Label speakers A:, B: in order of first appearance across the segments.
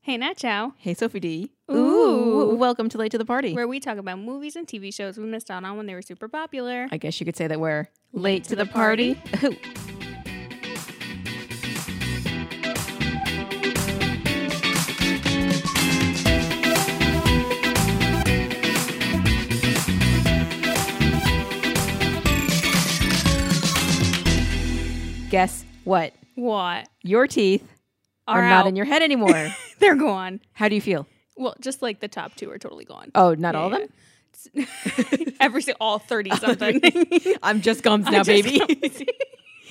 A: Hey, Nat Chow,
B: Hey, Sophie D.
A: Ooh.
B: welcome to Late to the Party.
A: where we talk about movies and TV shows we missed out on when they were super popular.
B: I guess you could say that we're late to the party. Ooh. Guess what?
A: What?
B: Your teeth are,
A: Are
B: not
A: out.
B: in your head anymore.
A: They're gone.
B: How do you feel?
A: Well, just like the top two are totally gone.
B: Oh, not all of
A: Yeah,
B: them?
A: yeah. It's- Every si- all thirty something.
B: I'm just gums now,
A: Just
B: baby.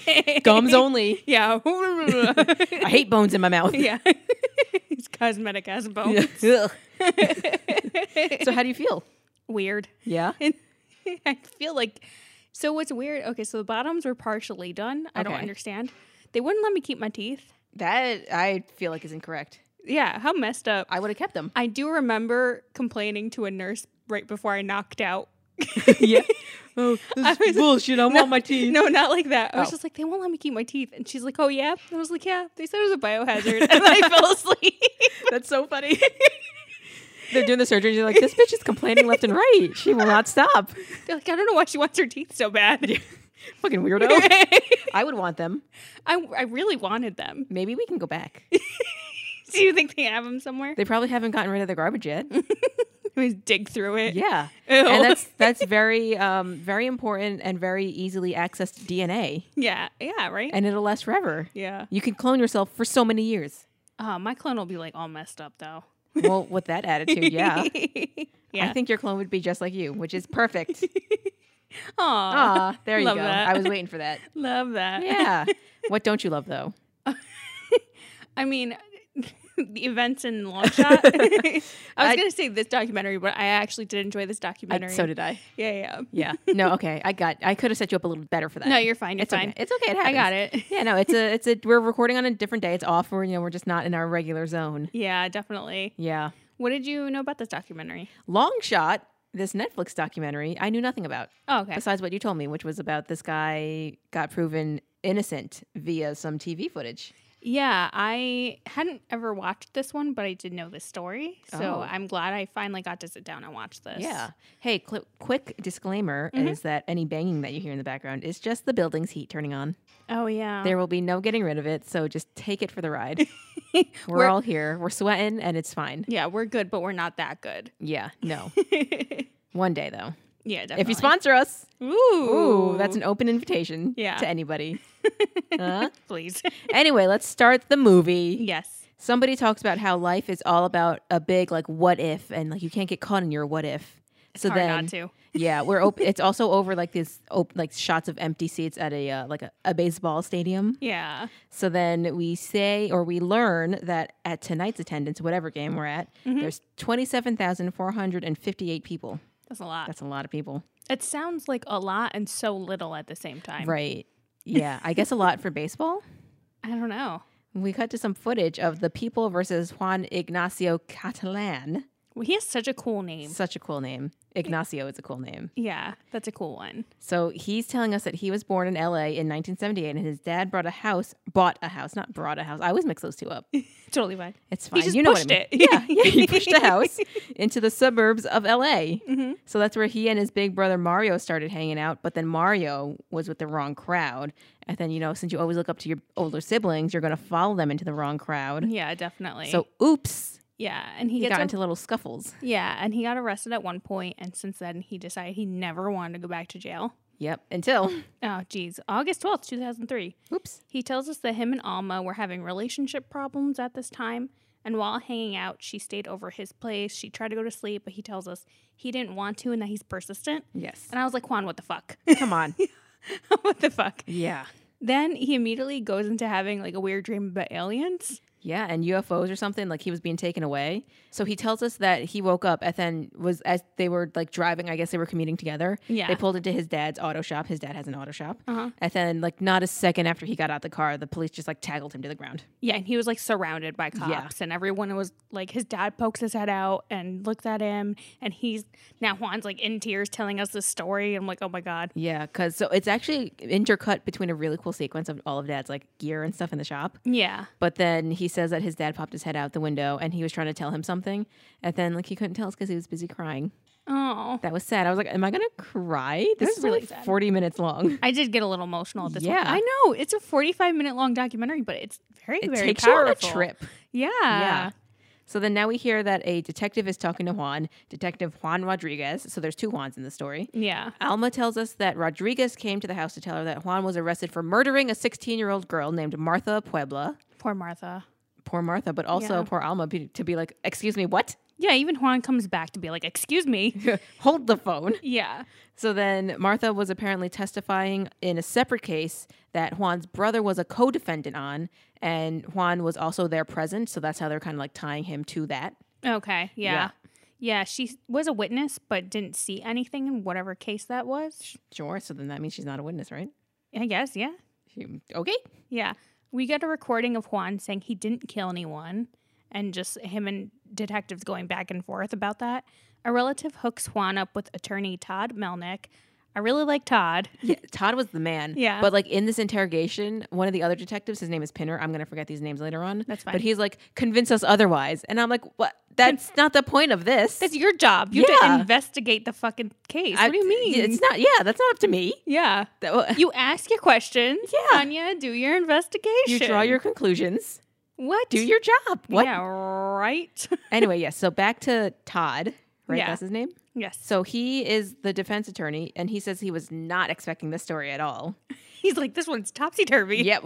A: gums.
B: gums only.
A: Yeah.
B: I hate bones in my mouth.
A: yeah. It's cosmetic as bone.
B: Ugh. so how do you feel?
A: Weird.
B: Yeah.
A: I feel like so what's weird, okay, so the bottoms were partially done. I don't
B: Okay.
A: understand. They wouldn't let me keep my teeth.
B: That I feel like is incorrect.
A: Yeah, how messed up.
B: I would have kept them.
A: I do remember complaining to a nurse right before I knocked out.
B: yeah. Oh, this
A: I was-
B: bullshit. I
A: No, No, not like that. I was
B: Oh.
A: just like, they won't let me keep my teeth. And she's like, oh, yeah? And I was like, yeah. They said it was a biohazard. And I fell asleep.
B: That's so funny. They're doing the surgery. You're like, this bitch is complaining left and right. She will not stop.
A: They're like, I don't know why she wants her teeth so bad.
B: Fucking weirdo.
A: I,
B: I would want them.
A: I really wanted them.
B: Maybe we can go back.
A: Do you think they have them somewhere?
B: They probably haven't gotten rid of the garbage yet.
A: Let me dig through it.
B: Yeah.
A: Ew.
B: And that's that's very um very important and very easily accessed DNA.
A: yeah. Yeah, right?
B: And it'll last forever.
A: yeah.
B: You can clone yourself for so many years.
A: Uh, my clone will be like all messed up, though.
B: Well, with that attitude, yeah.
A: yeah.
B: I think your clone would be just like you, which is perfect.
A: Aw.
B: Ah, there you
A: Love
B: go.
A: that.
B: I was waiting for that.
A: Love that.
B: Yeah. what don't you love though?
A: I mean, the events in Long Shot. I was
B: I-
A: going to say this documentary, but I actually did enjoy this
B: I,
A: documentary.
B: so did I.
A: Yeah, yeah.
B: Yeah. No. Okay. I got. I could have set you up a little better for that.
A: No, you're fine. You're
B: it's
A: fine.
B: Okay. It's okay. It
A: I
B: happens.
A: got it.
B: Yeah. No. It's a. It's a. We're recording on a different day. It's off. We're you know we're just not in our regular zone.
A: Yeah, definitely.
B: Yeah.
A: What did you know about this documentary?
B: Long shot. This Netflix documentary I knew nothing about
A: Oh, okay.
B: besides what you told me, which was about this guy got proven innocent via some TV footage.
A: Yeah, I hadn't ever watched this one, but I did know this story. So
B: Oh.
A: I'm glad I finally got to sit down and watch this.
B: Yeah. Hey, cl- quick disclaimer
A: Mhm.
B: is that any banging that you hear in the background is just the building's heat turning on.
A: Oh, yeah.
B: There will be no getting rid of it, so just take it for the ride. We're,
A: We're-
B: all here. We're sweating and it's fine.
A: yeah, we're good, but we're not that good.
B: Yeah, no.
A: yeah,
B: One day though.
A: definitely.
B: If you sponsor us,
A: Ooh.
B: ooh, that's an open invitation
A: Yeah.
B: to anybody. Huh?
A: Please.
B: Anyway, let's start the movie.
A: yes.
B: Somebody talks about how life is all about a big like what if and like you can't get caught in your what if. So
A: Hard
B: then
A: not to.
B: yeah, we're op- it's also over like these op- like shots of empty seats at a uh, like a, a baseball stadium.
A: Yeah.
B: So then we say or we learn that at tonight's attendance, whatever game we're at, there's 27,458 people.
A: That's a lot.
B: That's a lot of people.
A: It sounds like a lot and so little at the same time.
B: Right. Yeah, I guess a lot for baseball.
A: I don't know.
B: We cut to some footage of the people versus Juan Ignacio Catalan.
A: Well, he has such a cool name.
B: Such a cool name. Ignacio is a cool name.
A: Yeah, that's a cool one.
B: So he's telling us that he was born in LA in 1978 and his dad brought a house, bought a house, not brought a house. I always mix those two up.
A: Totally fine.
B: It's fine.
A: just
B: you know
A: pushed
B: what I mean.
A: it.
B: Yeah, yeah. He pushed a house into the suburbs of LA.
A: Mm-hmm.
B: So that's where he and his big brother Mario started hanging out. But then Mario was with the wrong crowd. And then, you know, since you always look up to your older siblings, you're going to follow them into the wrong crowd.
A: Yeah, definitely.
B: So, oops.
A: yeah, and he,
B: He
A: gets
B: got
A: ar-
B: into little scuffles.
A: yeah, and he got arrested at one point, and since then he decided he never wanted to go back to jail.
B: Yep. Until,
A: Oh, geez, August twelfth, two thousand three.
B: oops.
A: He tells us that him and Alma were having relationship problems at this time, and while hanging out, she stayed over his place. She tried to go to sleep, but he tells us he didn't want to, and that he's persistent.
B: Yes.
A: And I was like, Juan, what the fuck?
B: Come on.
A: what the fuck?
B: yeah.
A: Then he immediately goes into having like a weird dream about aliens.
B: Yeah, and UFOs or something like he was being taken away. So he tells us that he woke up and then was as they were like driving. I guess they were commuting together.
A: Yeah.
B: they pulled into his dad's auto shop. His dad has an auto shop.
A: Uh-huh.
B: And then like not a second after he got out the car, the police just like tackled him to the ground.
A: Yeah, and he was like surrounded by cops, and everyone was like, his dad pokes his head out and looks at him, and he's now Juan's like in tears telling us this story. I'm like, oh my god,
B: Yeah, because so it's actually intercut between a really cool sequence of all of dad's like gear and stuff in the shop.
A: yeah,
B: But then he says that his dad popped his head out the window and he was trying to tell him something, and then like he couldn't tell us because he was busy crying.
A: Oh,
B: That was sad. I was like, am I gonna cry? This
A: That's
B: is really
A: really sad.
B: forty minutes long.
A: I did get a little emotional at this.
B: Yeah.
A: one. I know it's a forty-five minute long documentary, but it's very,
B: It
A: very
B: takes
A: powerful.
B: you on a trip.
A: Yeah.
B: Yeah. So then now we hear that a detective is talking to Juan, Detective Juan Rodriguez. So there's two Juans in the story.
A: Yeah.
B: Alma tells us that Rodriguez came to the house to tell her that Juan was arrested for murdering a 16 year old girl named Martha Puebla.
A: Poor Martha.
B: Poor Martha, but also
A: Yeah.
B: poor Alma be, to be like, Excuse me, what?
A: Yeah. Even Juan comes back to be like, "Excuse me."
B: Hold the phone.
A: yeah.
B: So then Martha was apparently testifying in a separate case that Juan's brother was a co defendant on, and Juan was also there present. So that's how they're kind of like tying him to that.
A: Okay. Yeah.
B: Yeah.
A: yeah. she was a witness, but didn't see anything in whatever case that was.
B: Sure. So then that means she's not a witness, right?
A: I guess, yeah.
B: She- okay.
A: Yeah. We get a recording of Juan saying he didn't kill anyone and just him and detectives going back and forth about that. A relative hooks Juan up with attorney Todd Melnick. I really like Todd.
B: Yeah, Todd was the man.
A: Yeah.
B: But like in this interrogation, one of the other detectives, his name is Pinner. I'm gonna forget these names later on.
A: That's
B: But
A: fine.
B: he's like, convince us otherwise, and I'm like, what? That's not the point of this.
A: That's your job. You have
B: Yeah.
A: to investigate the fucking case.
B: I-
A: what do you mean?
B: It's not. Yeah, that's not up to me.
A: yeah.
B: That- well,
A: You ask your questions.
B: Yeah.
A: Anya, do your investigation.
B: You draw your conclusions.
A: What?
B: Do your job. What?
A: Yeah, right.
B: Anyway, yes. So back to Todd. Right.
A: Yeah.
B: That's his name.
A: yes.
B: So he is the defense attorney, and he says he was not expecting this story at all.
A: He's like, this one's topsy turvy.
B: Yep.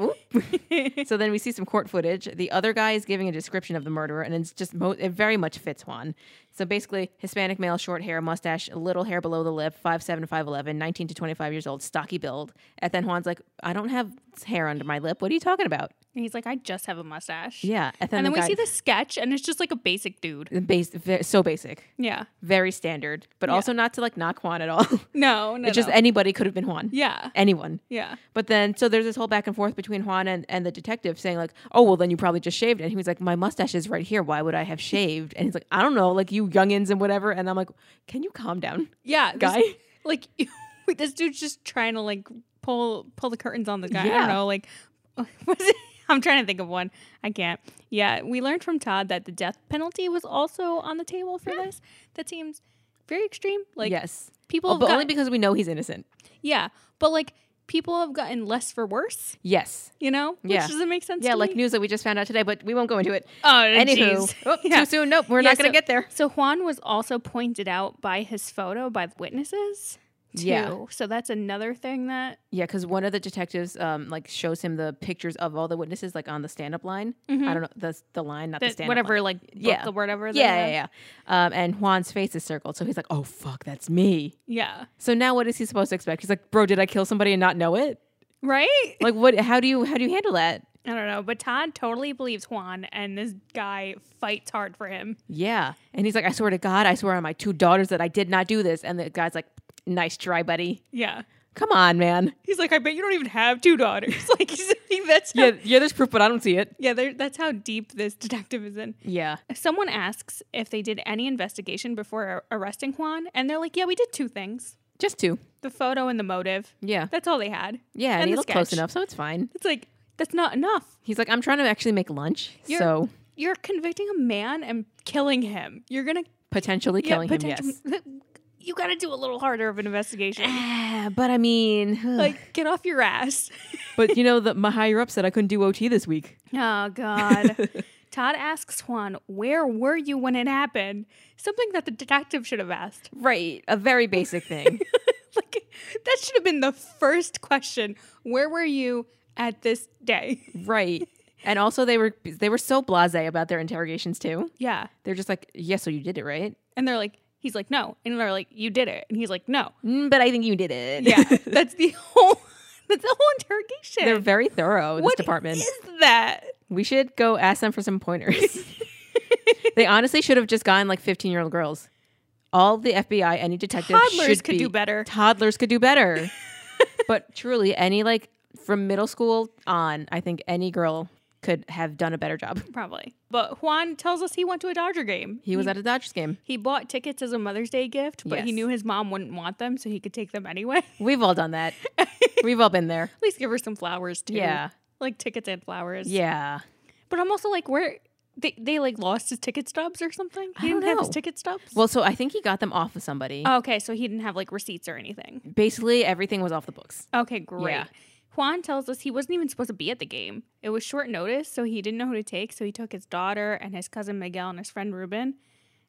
B: so then we see some court footage. The other guy is giving a description of the murderer, and it's just mo- it very much fits Juan. So basically, Hispanic male, short hair, mustache, little hair below the lip, 5'7", 5'11", 19 to twenty five years old, stocky build. And then Juan's like, I don't have hair under my lip. What are you talking about?
A: And he's like, I just have a mustache.
B: Yeah. Oh And then,
A: And then
B: the
A: we
B: guy,
A: see the sketch, and it's just like a basic dude.
B: the base, ve- so basic,
A: Yeah.
B: very standard, but also not to like knock Juan at all.
A: No, no.
B: It's just
A: no.
B: anybody could have been Juan.
A: yeah,
B: Anyone.
A: yeah.
B: But then, so there's this whole back and forth between Juan and, and the detective saying, like, oh, well, then you probably just shaved. And he was like, my mustache is right here. Why would I have shaved? And he's like, I don't know, like you youngins and whatever. And I'm like, can you calm down?
A: Yeah, this-
B: Guy?
A: Like this dude's just trying to like pull pull the curtains on the guy. I
B: Yeah.
A: don't know, like was it- I'm trying to think of one. I can't. Yeah, we learned from Todd that the death penalty was also on the table for this. That seems very extreme. Like
B: yes.
A: people,
B: oh,
A: have
B: but
A: got-
B: only because we know he's innocent.
A: yeah, but like people have gotten less for worse.
B: Yes.
A: You know, which
B: Yeah.
A: doesn't make sense.
B: Yeah,
A: to
B: like
A: me.
B: news that we just found out today, but we won't go into it.
A: Oh,
B: Anywho,
A: jeez.
B: oh,
A: Yeah.
B: too soon. Nope, we're
A: Yeah,
B: not going to
A: so-
B: get there.
A: So Juan was also pointed out by his photo by the witnesses. Too.
B: Yeah.
A: So that's another thing that
B: Yeah, because one of the detectives um like shows him the pictures of all the witnesses like on the stand up line. I don't know the the line, not Mm-hmm. the,
A: that
B: stand up.
A: whatever like book
B: Yeah.
A: the whatever that
B: Yeah,
A: is.
B: yeah, yeah. Um, and Juan's face is circled, so he's like, "Oh fuck, that's me."
A: yeah
B: So now what is he supposed to expect? He's like, "Bro, did I kill somebody and not know it?"
A: right
B: Like what how do you how do you handle that?
A: I don't know but Todd totally believes Juan and this guy fights hard for him
B: Yeah. And he's like, "I swear to God, I swear on my two daughters that I did not do this." And the guy's like, "Nice try, buddy.
A: yeah
B: Come on, man.
A: he's like I bet you don't even have two daughters like he's, that's how,
B: Yeah,
A: yeah
B: yeah, there's proof, but I don't see it."
A: yeah there- that's how deep this detective is in
B: Yeah.
A: someone asks if they did any investigation before ar- arresting Juan and they're like yeah we did two things
B: Just two.
A: the photo and the motive
B: Yeah.
A: that's all they had
B: Yeah, and,
A: and
B: he
A: the
B: looked close
A: sketch.
B: enough, so it's fine.
A: It's like that's not enough.
B: He's like, "I'm trying to actually make lunch."
A: You're-
B: so
A: You're convicting a man and killing him. You're gonna
B: potentially
A: yeah,
B: killing
A: potential-
B: him, yes.
A: You got to do a little harder of an investigation.
B: Ah, but I mean,
A: like get off your ass.
B: but you know, the, my higher up said I couldn't do OT this week.
A: Oh God. Todd asks Juan, "Where were you when it happened?" Something that the detective should have asked.
B: Right, a very basic thing.
A: like that should have been the first question. Where were you at this day?
B: right. And also they were they were so blasé about their interrogations too.
A: yeah.
B: They're just like, "Yeah, so you did it, right?"
A: And they're like, he's like, no. And they're like, you did it. And he's like, no.
B: Mm, but I think you did it.
A: Yeah. that's the whole. That's the whole interrogation.
B: They're very thorough, this
A: What
B: department.
A: is that?
B: we should go ask them for some pointers. they honestly should have just gotten like 15-year-old girls. All the FBI, any detective
A: Toddlers
B: should
A: could
B: be-
A: do better.
B: Toddlers could do better. but truly, any like from middle school on, I think any girl could have done a better job.
A: Probably. But Juan tells us he went to a Dodger game.
B: He was at a Dodgers game.
A: He bought tickets as a Mother's Day gift, but he
B: Yes.
A: knew his mom wouldn't want them, so he could take them anyway. At
B: We've all done that. We've all been there.
A: least give her some flowers too.
B: Yeah.
A: Like tickets and flowers.
B: Yeah.
A: But I'm also like, where they, they like lost his ticket stubs or something. He
B: I don't
A: didn't have his
B: know.
A: ticket stubs.
B: Well, so I think he got them off of somebody.
A: Oh, okay, so he didn't have like receipts or anything.
B: Basically, everything was off the books.
A: Okay, great.
B: Yeah.
A: Juan tells us he wasn't even supposed to be at the game. It was short notice, so he didn't know who to take. So he took his daughter and his cousin Miguel and his friend Ruben.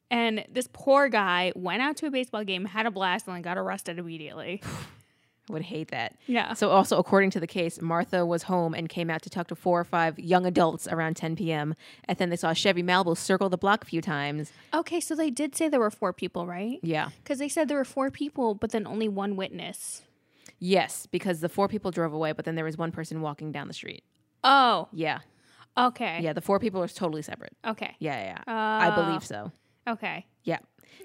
A: And this poor guy went out to a baseball game, had a blast, and then got arrested immediately.
B: I would hate that.
A: Yeah.
B: So, also according to the case, Martha was home and came out to talk to four or five young adults around 10 p.m. And then they saw a Chevy Malibu circle the block a few times.
A: Okay, so they did say there were four people, right?
B: Yeah.
A: Because they said there were four people, but then only one witness.
B: Yes, because the four people drove away, but then there was one person walking down the street.
A: Oh,
B: Yeah.
A: okay.
B: Yeah. The four people are totally separate.
A: Okay.
B: Yeah. Yeah. yeah. I believe so.
A: Okay.
B: Yeah.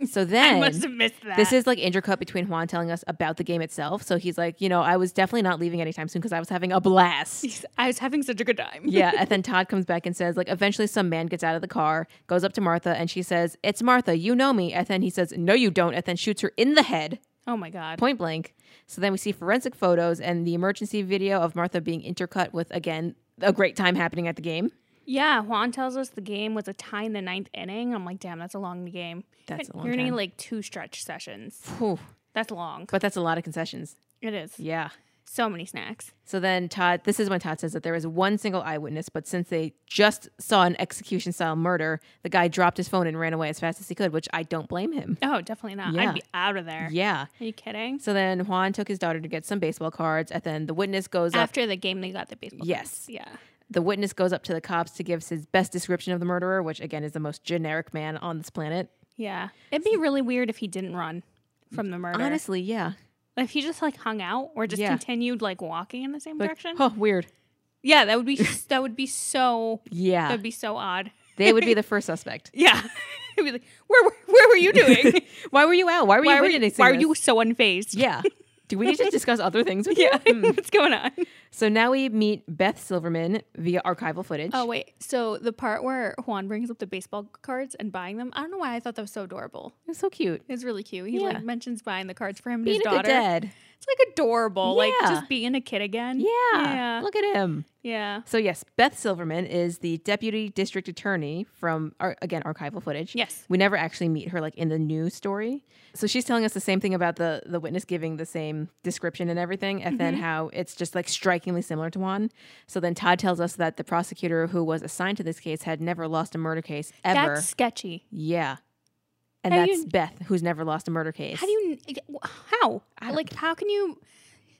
B: So
A: I
B: then.
A: must have missed that.
B: This is like intercut between Juan telling us about the game itself. So he's like, you know, I was definitely not leaving anytime soon because I was having a blast.
A: I was having such a good time.
B: yeah. And then Todd comes back and says, like, eventually some man gets out of the car, goes up to Martha, and she says, It's Martha, you know me. And then he says, No, you don't. And then shoots her in the head,
A: Oh my god.
B: point blank. So then we see forensic photos and the emergency video of Martha being intercut with, again, a great time happening at the game.
A: Yeah, Juan tells us the game was a tie in the ninth inning. I'm like, damn, that's a long game.
B: That's a long
A: You're gonna need
B: time.
A: like two stretch sessions.
B: Whew.
A: That's long.
B: But that's a lot of concessions.
A: It is.
B: Yeah.
A: So many snacks.
B: So then Todd, this is when Todd says that there was one single eyewitness, but since they just saw an execution style murder, the guy dropped his phone and ran away as fast as he could, which I don't blame him.
A: Oh, definitely not.
B: Yeah.
A: I'd be out of there.
B: Yeah.
A: Are you kidding?
B: So then Juan took his daughter to get some baseball cards, and then the witness goes up.
A: After the game, they got the baseball.
B: Yes.
A: cards. Yeah.
B: The witness goes up to the cops to give his best description of the murderer, which again is the most generic man on this planet.
A: Yeah. It'd be really weird if he didn't run from the murder.
B: Honestly, yeah.
A: If he just like hung out or just
B: Yeah.
A: continued like walking in the same
B: Like,
A: direction.
B: oh, weird.
A: Yeah, that would be that would be so that
B: Yeah,
A: would be so odd.
B: they would be the first suspect.
A: Yeah. It'd be like, where, were- where were you doing?
B: Why were you out? Why were
A: why
B: you
A: were you,
B: witnessing
A: why are
B: this?
A: you so unfazed?
B: Yeah. Do we need to discuss other things with
A: Yeah.
B: you? Hmm.
A: What's going on?
B: So now we meet Beth Silverman via archival footage.
A: Oh wait. So the part where Juan brings up the baseball cards and buying them, I don't know why I thought that was so adorable.
B: It's so cute.
A: It's really cute. He
B: Yeah.
A: like mentions buying the cards for him and
B: Being
A: his
B: a good
A: daughter.
B: dad.
A: It's like adorable. Like
B: Yeah.
A: just being a kid again.
B: Yeah.
A: Yeah.
B: Look at him.
A: Yeah.
B: So yes, Beth Silverman is the deputy district attorney from ar- again archival footage.
A: Yes.
B: We never actually meet her like in the news story. So she's telling us the same thing about the the witness giving the same description and everything and then how it's just like strikingly similar to one. So then Todd tells us that the prosecutor who was assigned to this case had never lost a murder case ever.
A: That's sketchy.
B: yeah. And
A: How do
B: that's
A: you-
B: Beth who's never lost a murder case.
A: How do you how? Like how can you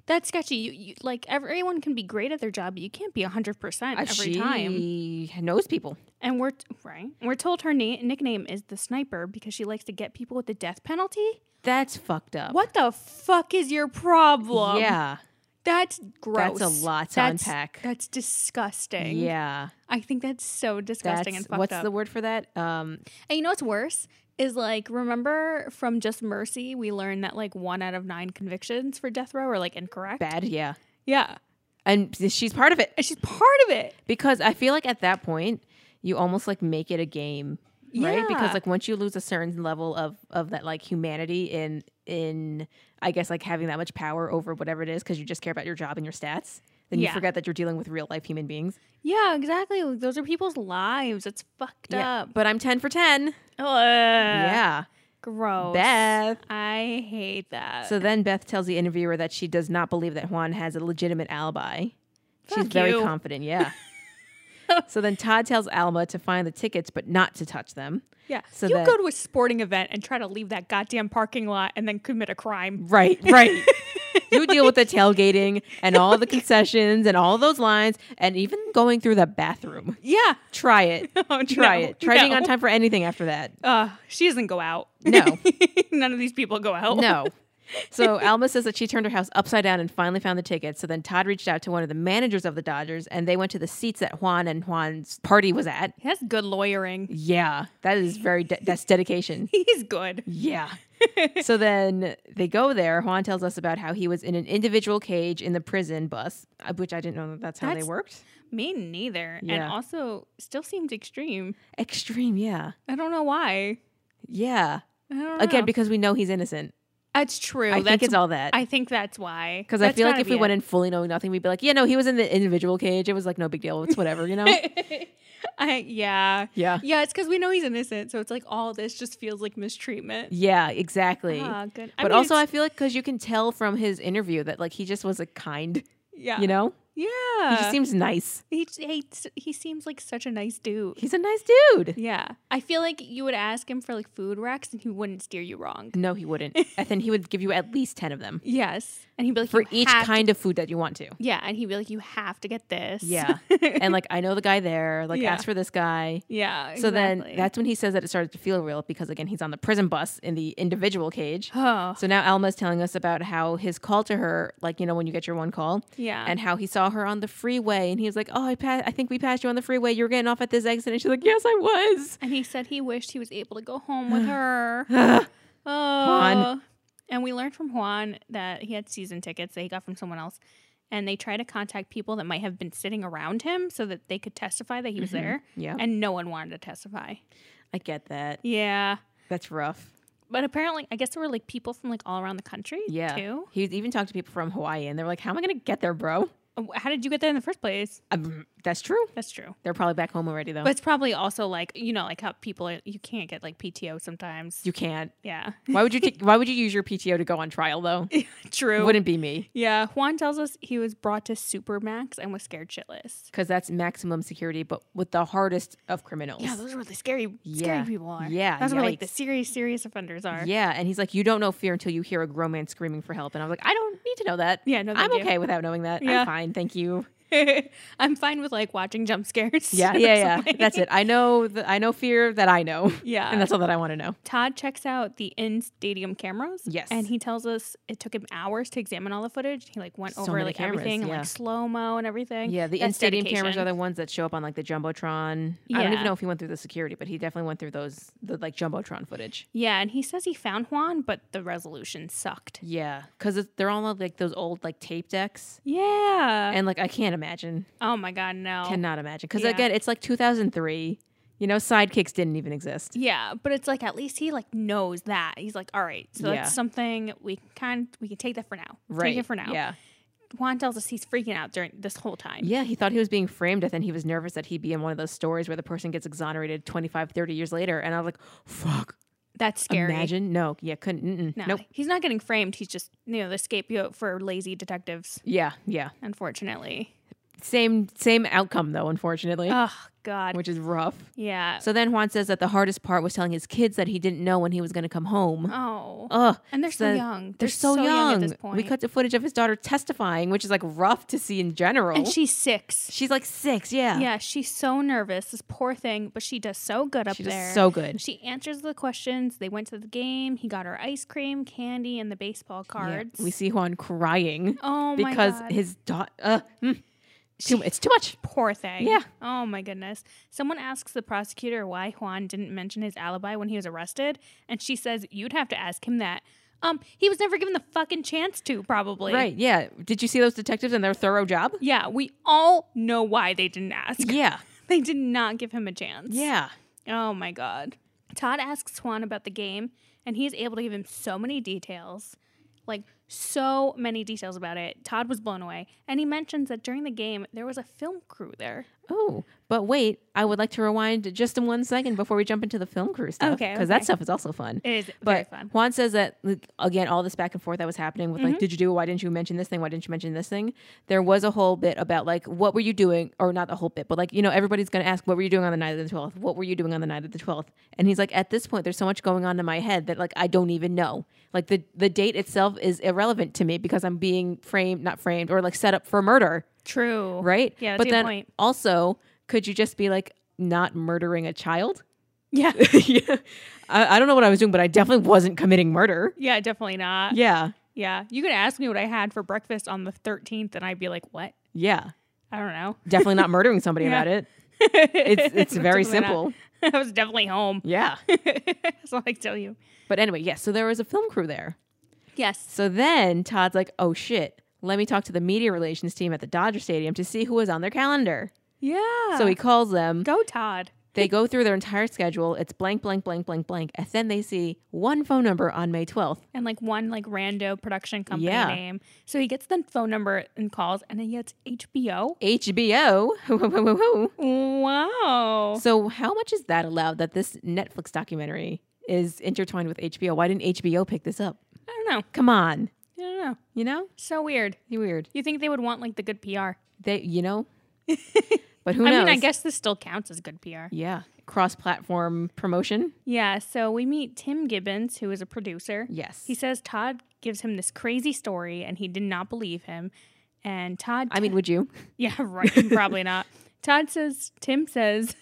A: that's sketchy. You, you like everyone can be great at their job, but you can't be 100%
B: Uh,
A: every time.
B: She knows people.
A: And we're right. We're told her na- nickname is the sniper because she likes to get people with the death penalty.
B: That's fucked up.
A: What the fuck is your problem?
B: Yeah.
A: that's gross.
B: That's a lot to unpack.
A: That's disgusting.
B: Yeah.
A: I think that's so disgusting
B: That's,
A: and fucked
B: what's
A: up.
B: the word for that? Um,
A: and you know what's worse is like remember from Just Mercy we learned that like one out of nine convictions for death row are like incorrect.
B: bad. Yeah.
A: Yeah,
B: And she's part of it
A: and she's part of it.
B: because I feel like at that point you almost like make it a game, right? Because
A: Yeah.
B: like once you lose a certain level of of that like humanity in in I guess like having that much power over whatever it is because you just care about your job and your stats, then you
A: Yeah.
B: forget that you're dealing with real life human beings.
A: Yeah, exactly. Like, those are people's lives. It's fucked up.
B: But I'm ten for ten.
A: Ugh.
B: yeah.
A: Gross.
B: Beth.
A: I hate that.
B: So then Beth tells the interviewer that she does not believe that Juan has a legitimate alibi. She's
A: Fuck
B: very
A: you.
B: confident, yeah. so then Todd tells Alma to find the tickets but not to touch them.
A: yeah.
B: so
A: you
B: that-
A: go to a sporting event and try to leave that goddamn parking lot and then commit a crime.
B: Right, right. you deal with the tailgating and all the concessions and all those lines and even going through the bathroom.
A: Yeah.
B: Try it.
A: Oh,
B: Try
A: no,
B: it. Try being
A: no.
B: on time for anything after that.
A: Uh, she doesn't go out.
B: No.
A: None of these people go out.
B: No. So Alma says that she turned her house upside down and finally found the tickets. So then Todd reached out to one of the managers of the Dodgers and they went to the seats that Juan and Juan's party was at.
A: That's good lawyering.
B: Yeah, that is very de- that's dedication.
A: He's good.
B: Yeah. so then they go there. Juan tells us about how he was in an individual cage in the prison bus, uh, which I didn't know that that's how they
A: That's-
B: worked.
A: Me neither.
B: Yeah.
A: And also, still seems extreme.
B: Extreme, yeah.
A: I don't know why.
B: Yeah.
A: I don't
B: Again,
A: know.
B: because we know he's innocent.
A: That's true.
B: I
A: that's,
B: think it's all that.
A: I think that's why.
B: Because I
A: That's
B: feel like
A: gotta
B: if we
A: be
B: went
A: it.
B: in fully knowing nothing, we'd be like, yeah, no, he was in the individual cage. It was like no big deal. It's whatever, you know.
A: I, yeah.
B: yeah.
A: Yeah, it's because we know he's innocent. So it's like all this just feels like mistreatment.
B: Yeah. Exactly.
A: Ah, good. I
B: but
A: mean,
B: also, I
A: it's-
B: feel like because you can tell from his interview that like he just was a kind,
A: yeah.
B: you know.
A: Yeah.
B: He just seems nice.
A: He, he, he seems like such a nice dude.
B: He's a nice dude.
A: Yeah. I feel like you would ask him for like food racks and he wouldn't steer you wrong.
B: No, he wouldn't. and then he would give you at least ten of them
A: Yes. And he'd be like,
B: for
A: "You
B: each
A: have to-"
B: kind of food that you want to.
A: yeah. And he'd be like, you have to get this.
B: Yeah. and like I know the guy there. Like
A: Yeah.
B: ask for this guy.
A: yeah.
B: So then
A: exactly.
B: that's when he says that it started to feel real because again he's on the prison bus in the individual cage.
A: Oh,
B: So now Alma's telling us about how his call to her, like you know when you get your one call,
A: yeah.
B: and how he saw her on the freeway, and he was like, "Oh, I pa- I think we passed you on the freeway. You were getting off at this exit." And she's like, "Yes, I was."
A: And he said he wished he was able to go home with her. oh. And we learned from Juan that he had season tickets that he got from someone else. And they tried to contact people that might have been sitting around him so that they could testify that he was there.
B: Mm-hmm. Yeah.
A: And no one wanted to testify.
B: I get that.
A: Yeah.
B: That's rough.
A: But apparently, I guess there were like people from like all around the country
B: Yeah.
A: too.
B: He even talked to people from Hawaii, and they were like, "How am I going to get there, bro?"
A: Uh, How did you get there in the first place?
B: Um, that's true.
A: That's true.
B: They're probably back home already, though.
A: But it's probably also like, you know, like how people, are, you can't get like PTO sometimes.
B: you can't.
A: yeah.
B: Why would you? T- why would you use your PTO to go on trial, though? It
A: True.
B: wouldn't be me,
A: Yeah, Juan tells us he was brought to Supermax and was scared shitless.
B: because that's maximum security, but with the hardest of criminals.
A: Yeah, those are what the scary,
B: Yeah.
A: scary people are.
B: Yeah,
A: that's where like the
B: yikes.
A: serious, serious offenders are.
B: Yeah, and he's like, you don't know fear until you hear a grown man screaming for help, and I was like, I don't need to know that.
A: Yeah, no,
B: I'm
A: thank you.
B: okay without knowing that.
A: Yeah.
B: I'm fine, thank you.
A: I'm fine with like watching jump scares.
B: Yeah,
A: or
B: yeah, yeah.
A: something.
B: That's it. I know, th- I know fear that I know,
A: Yeah,
B: and that's all that I want to know.
A: Todd checks out the in stadium cameras.
B: Yes.
A: and he tells us it took him hours to examine all the footage. He like went
B: So
A: over
B: many
A: like
B: cameras,
A: everything, and,
B: yeah.
A: like slow mo and everything.
B: Yeah, the in
A: That's
B: stadium cameras
A: dedication.
B: are the ones that show up on like the jumbotron. I don't
A: Yeah.
B: even know if he went through the security, but he definitely went through those the like jumbotron footage.
A: Yeah, and he says he found Juan, but the resolution sucked.
B: Yeah, because they're all on like those old like tape decks,
A: Yeah.
B: and like I can't imagine,
A: oh my God, no.
B: cannot imagine, because
A: Yeah.
B: again, it's like 2003. You know, sidekicks didn't even exist.
A: Yeah, but it's like at least he like knows that. He's like, all right, so
B: Yeah.
A: that's something we can kind we can take that for now.
B: Right
A: Take it for now.
B: Yeah.
A: Juan tells us he's freaking out during this whole time.
B: Yeah, he thought he was being framed, and then he was nervous that he'd be in one of those stories where the person gets exonerated 25, 30 years later. And I was like, fuck,
A: That's scary.
B: imagine. No, yeah, couldn't. Mm-mm,
A: No,
B: Nope.
A: he's not getting framed. He's just you know the scapegoat for lazy detectives.
B: Yeah, yeah.
A: Unfortunately.
B: Same same outcome, though, unfortunately,
A: Oh God.
B: which is rough.
A: yeah.
B: So then Juan says that the hardest part was telling his kids that he didn't know when he was going to come home.
A: oh.
B: Ugh.
A: and they're so,
B: so-
A: young. They're,
B: They're so,
A: at
B: young.
A: this point.
B: We cut to footage of his daughter testifying, which is like rough to see in general.
A: and she's six.
B: she's like six, Oh. yeah.
A: Yeah, she's so nervous. This poor thing, but she does so good up
B: She
A: there.
B: does so good.
A: She answers the questions. They went to the game. He got her ice cream, candy, and the baseball
B: Yeah.
A: cards.
B: We see Juan crying
A: oh my
B: because
A: god!
B: his daughter. Uh, mm, too, it's too much.
A: Poor thing.
B: Yeah.
A: Oh my goodness. Someone asks the prosecutor why Juan didn't mention his alibi when he was arrested, and she says, "You'd have to ask him that." Um, he was never given the fucking chance to, probably.
B: Right. Yeah. Did you see those detectives and their thorough job?
A: Yeah. We all know why they didn't ask.
B: Yeah.
A: They did not give him a chance.
B: Yeah.
A: Oh my God. Todd asks Juan about the game, and he is able to give him so many details like, so many details about it. Todd was blown away. And he mentions that during the game, there was a film crew there.
B: Oh, but wait, I would like to rewind just in one second before we jump into the film crew stuff.
A: Okay,
B: Because
A: okay.
B: that stuff is also fun.
A: It is very
B: but
A: fun. Mm-hmm.
B: Juan says that like, again, all this back and forth that was happening with like, did you do it? Why didn't you mention this thing? Why didn't you mention this thing? There was a whole bit about like, what were you doing? Or not the whole bit, but like, you know, everybody's gonna ask, what were you doing on the night of the twelfth? What were you doing on the night of the twelfth? And he's like, at this point, there's so much going on in my head that like I don't even know. Like the the date itself is irrelevant to me because I'm being framed, not framed, or like set up for murder
A: True.
B: right?
A: Yeah, that's a
B: but
A: good
B: then
A: point.
B: also, could you just be like not murdering a child?
A: Yeah.
B: yeah, I, I don't know what I was doing, but I definitely wasn't committing murder.
A: yeah, definitely not. Yeah.
B: Yeah,
A: You could ask me what I had for breakfast on the 13th, and I'd be like, what?
B: yeah,
A: I don't know.
B: definitely not murdering somebody
A: Yeah.
B: about it. It's it's very
A: Definitely not.
B: simple.
A: I was definitely home.
B: Yeah,
A: That's all I tell you.
B: but anyway, yes. so there was a film crew there.
A: Yes.
B: So then Todd's like, "Oh shit." Let me talk to the media relations team at the Dodger Stadium to see who was on their calendar.
A: Yeah.
B: So he calls them
A: go, Todd.
B: They go through their entire schedule. It's blank, blank, blank, blank, blank. And then they see one phone number on May 12th.
A: and like one like rando production company
B: Yeah.
A: name. So he gets the phone number and calls, and he gets HBO.
B: HBO.
A: Wow.
B: so, how much is that allowed that this Netflix documentary is intertwined with HBO? Why didn't HBO pick this up?
A: I don't know.
B: Come on.
A: I don't know.
B: You know?
A: So weird.
B: Be weird.
A: You think they would want like the good PR?
B: They, you know? but who
A: I
B: knows?
A: mean, I guess this still counts as good PR.
B: Yeah. Cross platform promotion.
A: Yeah, so we meet Tim Gibbons, who is a producer.
B: Yes.
A: He says Todd gives him this crazy story and he did not believe him. And Todd,
B: I mean, would you?
A: yeah, right, probably not. Todd says, Tim says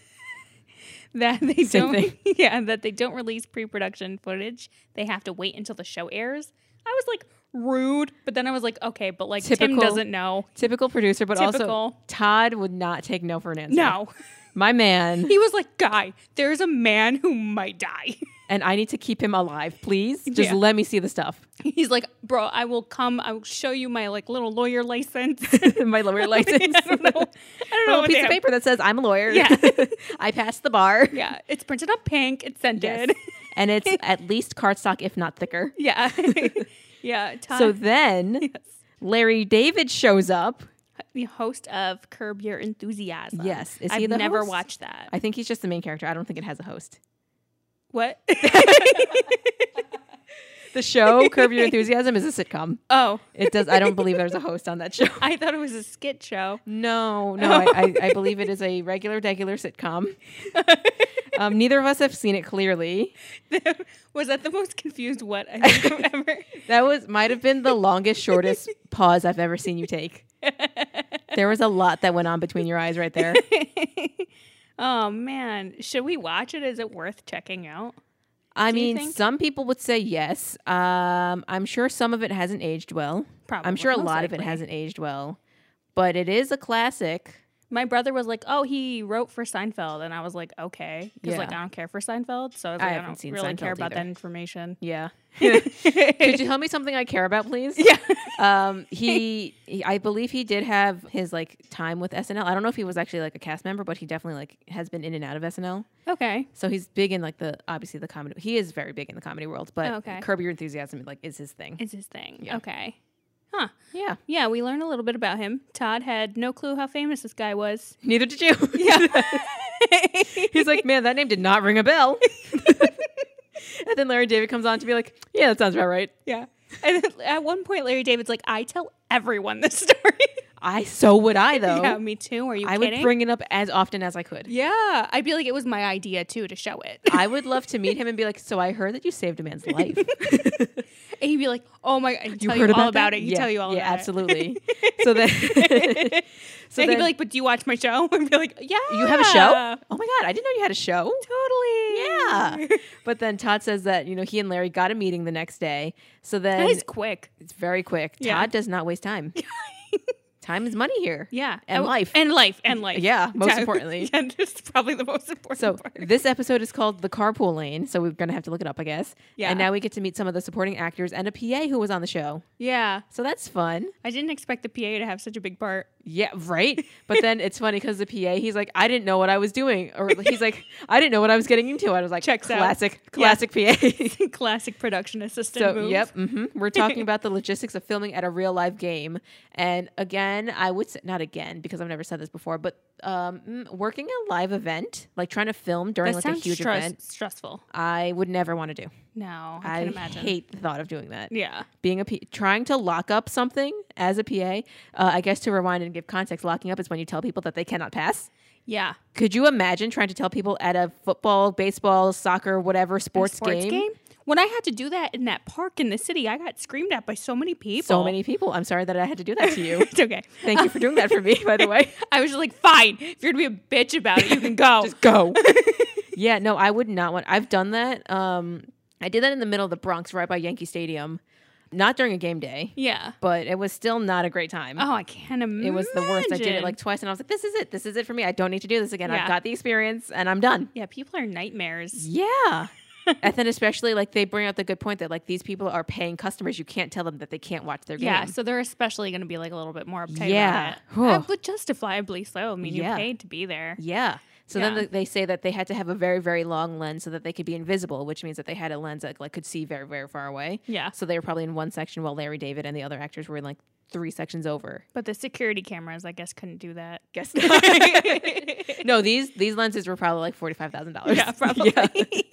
A: that they
B: Same
A: don't, yeah, that they don't release pre-production footage. They have to wait until the show airs. I was like rude, but then I was like, okay, but like Tim
B: Typical.
A: doesn't know.
B: Typical producer, but also
A: Typical.
B: Todd would not take no for an answer.
A: No,
B: My man.
A: he was like, guy, there's a man who might die.
B: and I need to keep him alive, please. Just
A: Yeah.
B: let me see the stuff.
A: He's like, bro, I will come. I will show you my like little lawyer license.
B: My lawyer license.
A: I don't know. I don't know.
B: Little
A: what
B: piece
A: they
B: of
A: have.
B: paper that says I'm a lawyer.
A: Yeah.
B: I passed the bar.
A: Yeah, it's printed on pink. It's scented.
B: and it's at least cardstock, if not thicker.
A: Yeah, yeah. Todd,
B: So then Larry David shows up.
A: the host of Curb Your Enthusiasm.
B: Yes. Is he
A: I've
B: the
A: never
B: host?
A: watched that.
B: I think he's just the main character. I don't think it has a host.
A: what?
B: The show Curb Your Enthusiasm is a sitcom.
A: oh,
B: It does. I don't believe there's a host on that show.
A: I thought it was a skit show.
B: No, no, I, I, I believe it is a regular, regular sitcom. Um, neither of us have seen it clearly.
A: was that the most confused what I have ever?
B: That was might have been the longest, shortest pause I've ever seen you take. There was a lot that went on between your eyes right there.
A: oh man, should we watch it? Is it worth checking out?
B: I
A: Do you
B: mean,
A: think?
B: some people would say yes. Um, I'm sure some of it hasn't aged well.
A: Probably.
B: I'm sure a
A: most
B: lot of it
A: likely.
B: hasn't aged well, but it is a classic.
A: My brother was like, "Oh, he wrote for Seinfeld," and I was like, "Okay," because like
B: Yeah.
A: I don't care for Seinfeld, so I, was like,
B: I
A: I,
B: haven't
A: don't
B: seen
A: really care
B: Seinfeld
A: about that
B: either.
A: information.
B: Yeah.
A: yeah,
B: Could you tell me something I care about, please? um, he, he- I believe he did have his like time with SNL. I don't know if he was actually like a cast member, but he definitely like has been in and out of SNL.
A: okay,
B: So he's big in like the obviously the comedy. He is very big in the comedy world, but
A: Oh, okay.
B: Curb Your Enthusiasm like is his thing.
A: it's his thing.
B: Yeah.
A: Okay,
B: Yeah.
A: yeah, we learned a little bit about him. Todd had no clue how famous this guy was.
B: Neither did you. he's like, man, that name did not ring a bell. and then Larry David comes on to be like, yeah, that sounds about right.
A: yeah. And then at one point, Larry David's like, "I tell everyone this story."
B: I so would I though.
A: yeah, me too. Are you
B: I
A: kidding?
B: would bring it up as often as I could.
A: yeah, I'd be like, it was my idea too to show it.
B: I would love to meet him and be like, so I heard that you saved a man's life.
A: And he'd be like, "Oh my!" and Tell you all about
B: that?
A: it. He
B: Yeah,
A: tell you all
B: yeah,
A: about it.
B: absolutely. So then, so
A: So he'd
B: then
A: be like, "But do you watch my show?" I'd be like, "Yeah."
B: you have a show? Oh my god, I didn't know you had a show.
A: Totally.
B: Yeah. But then Todd says that you know he and Larry got a meeting the next day. So then
A: That is quick.
B: it's very quick.
A: Yeah.
B: Todd does not waste time. time is money here.
A: Yeah.
B: And
A: Oh,
B: life.
A: And life. And life.
B: Yeah, most
A: Time-
B: importantly.
A: Yeah, this is probably the most important
B: So
A: part.
B: this episode is called the carpool lane. So we're gonna have to look it up, I guess.
A: Yeah.
B: And now we get to meet some of the supporting actors and a PA who was on the show.
A: Yeah.
B: So that's fun.
A: I didn't expect the PA to have such a big part.
B: Yeah, right. But then it's funny because the PA, he's like, I didn't know what I was doing, or he's like, I didn't know what I was getting into. I was like,
A: Checks out.
B: classic,
A: Yeah.
B: classic PA.
A: Classic production assistant
B: so
A: move.
B: yep, hmm we're talking about the logistics of filming at a real live game, and again, I would say, not again because I've never said this before, but um, mm, working a live event, like trying to film during
A: That
B: like a
A: sounds
B: huge
A: stress-
B: event,
A: stressful.
B: I would never want to do.
A: No, I,
B: I,
A: can imagine.
B: hate the thought of doing that.
A: yeah.
B: Being a P- trying to lock up something as a PA, uh, I guess to rewind and give context, locking up is when you tell people that they cannot pass.
A: Yeah.
B: Could you imagine trying to tell people at a football, baseball, soccer, whatever sports,
A: Sports
B: game,
A: game. When I had to do that in that park in the city, I got screamed at by so many people.
B: So many people. I'm sorry that I had to do that to you.
A: It's okay.
B: Thank you for doing that for me, by the way.
A: I was just like, fine. If you're going to be a bitch about it, you can go.
B: Just go. yeah, no, I would not want. I've done that. Um, I did that in the middle of the Bronx, right by Yankee Stadium, not during a game day,
A: yeah.
B: but it was still not a great time.
A: Oh, I can't imagine.
B: It was the worst. I did it like twice, and I was like, "This is it. This is it for me. I don't need to do this again.
A: Yeah.
B: I've got the experience, and I'm done."
A: Yeah, people are nightmares.
B: Yeah. and then especially like they bring out the good point that like these people are paying customers. You can't tell them that they can't watch their game.
A: Yeah, so they're especially going to be like a little bit more uptight about
B: Yeah.
A: it. Uh,
B: Whew.
A: but justifiably so. I mean, you
B: Yeah.
A: paid to be there.
B: Yeah. So
A: Yeah.
B: then they say that they had to have a very very long lens so that they could be invisible, which means that they had a lens that like could see very very far away.
A: Yeah.
B: So they were probably in one section while Larry David and the other actors were in like three sections over.
A: But the security cameras, I guess, couldn't do that.
B: Guess not. no, these these lenses were probably like forty five thousand dollars.
A: Yeah, probably.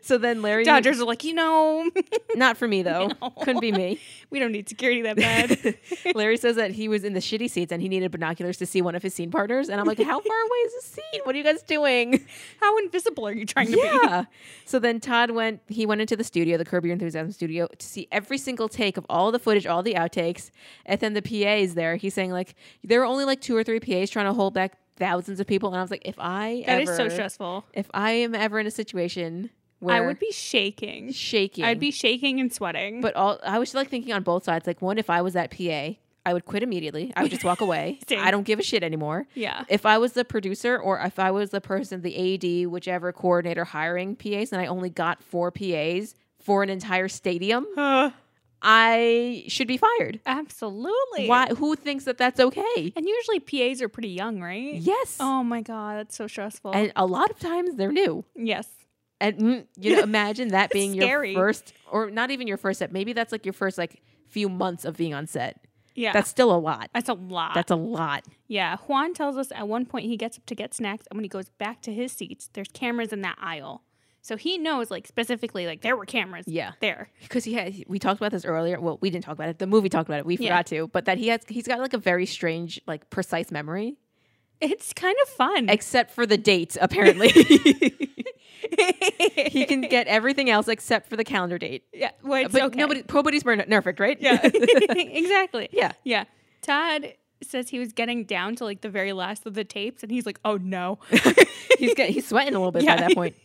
B: So then Larry
A: Dodgers are like, you know,
B: not for me though.
A: No.
B: Couldn't be me.
A: we don't need security that bad.
B: Larry says that he was in the shitty seats and he needed binoculars to see one of his scene partners. And I'm like, how far away is the scene? What are you guys doing?
A: How invisible are you trying to be?
B: Yeah. So then Todd went. He went into the studio, the Curb Your Enthusiasm studio, to see every single take of all the footage, all the outtakes. And then the PA is there. He's saying like there were only like two or three PAs trying to hold back thousands of people. And I was like, if I
A: That is
B: ever,
A: so stressful.
B: if I am ever in a situation where
A: I would be shaking.
B: shaking,
A: I'd be shaking and sweating.
B: But all I was like thinking on both sides. Like one, if I was that PA, I would quit immediately. I would just walk away.
A: Same.
B: I don't give a shit anymore.
A: yeah.
B: If I was the producer or if I was the person, the AD, whichever coordinator hiring PAs, and I only got four PAs for an entire stadium,
A: Uh,
B: I should be fired.
A: absolutely.
B: Why? Who thinks that that's okay?
A: And usually PAs are pretty young, right?
B: Yes.
A: Oh my god, that's so stressful.
B: And a lot of times they're new.
A: yes.
B: And mm, you know, imagine that being your
A: Scary.
B: first, or not even your first set. Maybe that's like your first like few months of being on set.
A: Yeah.
B: That's still a lot.
A: that's a lot.
B: That's a lot.
A: yeah. Juan tells us at one point he gets up to get snacks and when he goes back to his seats, there's cameras in that aisle. So he knows like specifically like there were cameras
B: Yeah.
A: there.
B: because he had we talked about this earlier well we didn't talk about it the movie talked about it we
A: Yeah.
B: forgot to but that he has he's got like a very strange like precise memory
A: It's kind of fun.
B: except for the dates apparently he can get everything else except for the calendar date
A: yeah. Well, it's
B: but
A: okay.
B: nobody nobody's per- perfect right
A: Yeah. exactly.
B: yeah
A: Yeah. Todd says he was getting down to like the very last of the tapes and he's like, "Oh no."
B: he's get, he's sweating a little bit by
A: Yeah.
B: that point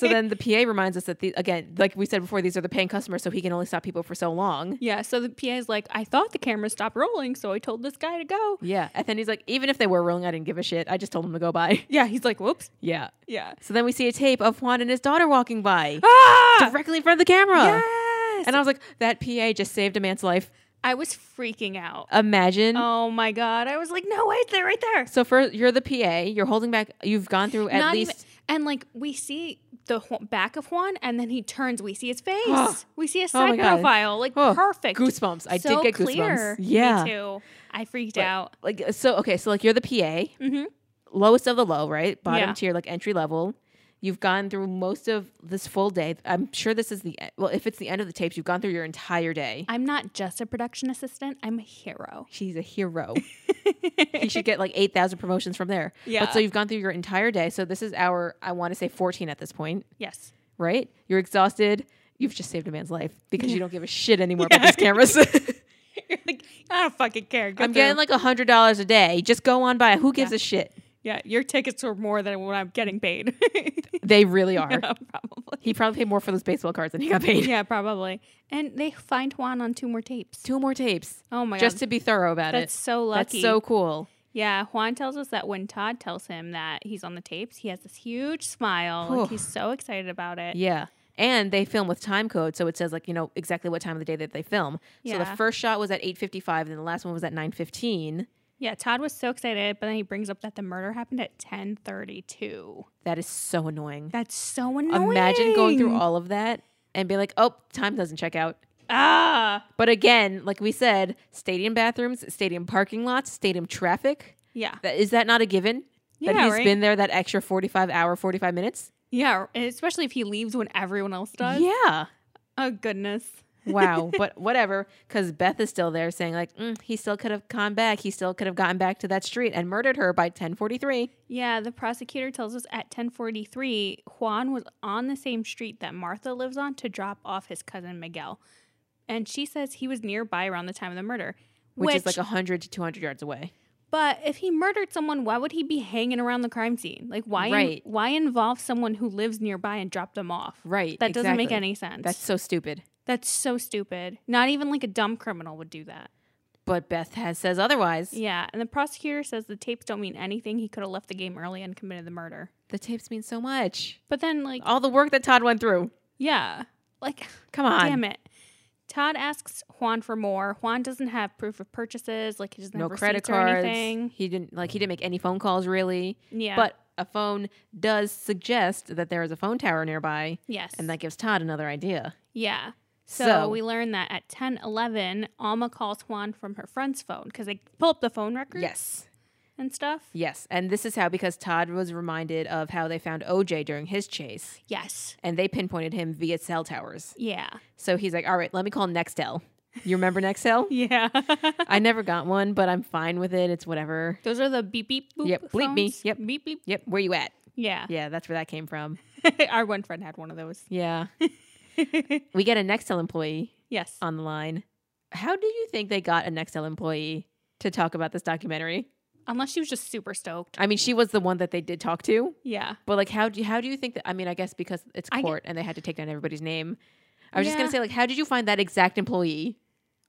B: so then the PA reminds us that the, again, like we said before, these are the paying customers, so he can only stop people for so long.
A: yeah, so the PA's like, "I thought the camera stopped rolling, so I told this guy to go."
B: Yeah, and then he's like, even if they were rolling, I didn't give a shit. I just told him to go by.
A: Yeah, he's like, "Whoops."
B: Yeah.
A: Yeah.
B: So then we see a tape of Juan and his daughter walking by.
A: Ah!
B: directly in front of the camera.
A: Yes.
B: And I was like, that PA just saved a man's life.
A: I was freaking out.
B: Imagine.
A: Oh my god! I was like, no, wait, they're right there.
B: so for you're the PA, you're holding back. You've gone through at
A: Not
B: least.
A: even, and like we see the wh- back of Juan, and then he turns. We see his face.
B: Oh.
A: we see his
B: Oh my
A: side
B: God.
A: profile. Like
B: Oh,
A: perfect.
B: goosebumps. I
A: So
B: did get
A: clear.
B: goosebumps. Yeah.
A: me too. I freaked
B: But-
A: out.
B: Like so. Okay. So like you're the PA,
A: Mm-hmm.
B: lowest of the low, right? Bottom
A: Yeah.
B: tier, like entry level. You've gone through most of this full day. I'm sure this is the well. If it's the end of the tapes, you've gone through your entire day.
A: I'm not just a production assistant. I'm a hero.
B: She's a hero. he should get like eight thousand promotions from there.
A: Yeah.
B: But so you've gone through your entire day. So this is our. I want to say fourteen at this point.
A: Yes.
B: right? You're exhausted. You've just saved a man's life because you don't give a shit anymore about these cameras.
A: You're like I don't fucking care. Go
B: I'm
A: through.
B: getting like a hundred dollars a day. Just go on by. Who gives
A: Yeah.
B: a shit?
A: yeah. Your tickets were more than what I'm getting paid.
B: They really are.
A: Yeah, probably.
B: He probably paid more for those baseball cards than he got paid.
A: Yeah, probably. And they find Juan on two more tapes.
B: Two more tapes,
A: Oh my
B: just
A: god.
B: to be thorough about
A: That's
B: it.
A: so lucky.
B: That's so cool.
A: Yeah, Juan tells us that when Todd tells him that he's on the tapes, he has this huge smile. Like
B: Whew.
A: he's so excited about it.
B: Yeah. And they film with time code, so it says like you know exactly what time of the day that they film. So
A: Yeah.
B: the first shot was at eight fifty five, and the last one was at nine fifteen.
A: Yeah, Todd was so excited, but then he brings up that the murder happened at 10:32.
B: That is so annoying.
A: That's so annoying.
B: Imagine going through all of that and be like, oh, time doesn't check out.
A: Ah.
B: But again, like we said, stadium bathrooms, stadium parking lots, stadium traffic.
A: Yeah.
B: That is that not a given? that
A: Yeah,
B: he's
A: right.
B: been there that extra 45 hour, 45 minutes?
A: Yeah, and especially if he leaves when everyone else does.
B: Yeah.
A: Oh goodness.
B: Wow. but whatever, because Beth is still there saying like, "Mm, he still could have gone back. He still could have gotten back to that street and murdered her by 1043.
A: Yeah, the prosecutor tells us at 10:43 Juan was on the same street that Martha lives on to drop off his cousin Miguel. And she says he was nearby around the time of the murder,
B: Which, is like 100 to 200 yards away.
A: But if he murdered someone, why would he be hanging around the crime scene? Like why
B: Right.
A: why involve someone who lives nearby and drop them off?
B: Right.
A: That doesn't make
B: exactly.
A: any sense.
B: That's so stupid.
A: That's so stupid. Not even like a dumb criminal would do that.
B: But Beth has says otherwise.
A: Yeah, and the prosecutor says the tapes don't mean anything. He could have left the game early and committed the murder.
B: The tapes mean so much.
A: But then like
B: All the work that Todd went through.
A: yeah, like
B: Come on.
A: Damn it. Todd asks Juan for more. Juan doesn't have proof of purchases, like he doesn't
B: no
A: have
B: credit
A: receipts or
B: cards.
A: anything.
B: He didn't like he didn't make any phone calls really.
A: Yeah.
B: But a phone does suggest that there is a phone tower nearby,
A: Yes.
B: and that gives Todd another idea.
A: yeah. So,
B: So-
A: we learn that at ten eleven, Alma calls Juan from her friend's phone because they pull up the phone records
B: Yes.
A: and stuff.
B: Yes. And this is how, because Todd was reminded of how they found OJ during his chase,
A: Yes.
B: and they pinpointed him via cell towers.
A: Yeah.
B: So he's like, all right, let me call Nextel. You remember Nextel?
A: Yeah.
B: I never got one, but I'm fine with it. It's whatever.
A: Those are the beep beep boop.
B: Yep, bleep me,
A: phones.
B: yep.
A: Beep beep.
B: Yep. Where you at?
A: Yeah.
B: Yeah, that's where that came from.
A: Our one friend had one of those.
B: Yeah. we get a Nextel employee
A: Yes.
B: on the line. How do you think they got a Nextel employee to talk about this documentary?
A: Unless she was just super stoked.
B: I mean, she was the one that they did talk to,
A: Yeah.
B: but like, how do you, how do you think that? I mean, I guess because it's
A: I g-
B: court and they had to take down everybody's name. I was just
A: Yeah.
B: gonna say, like, how did you find that exact employee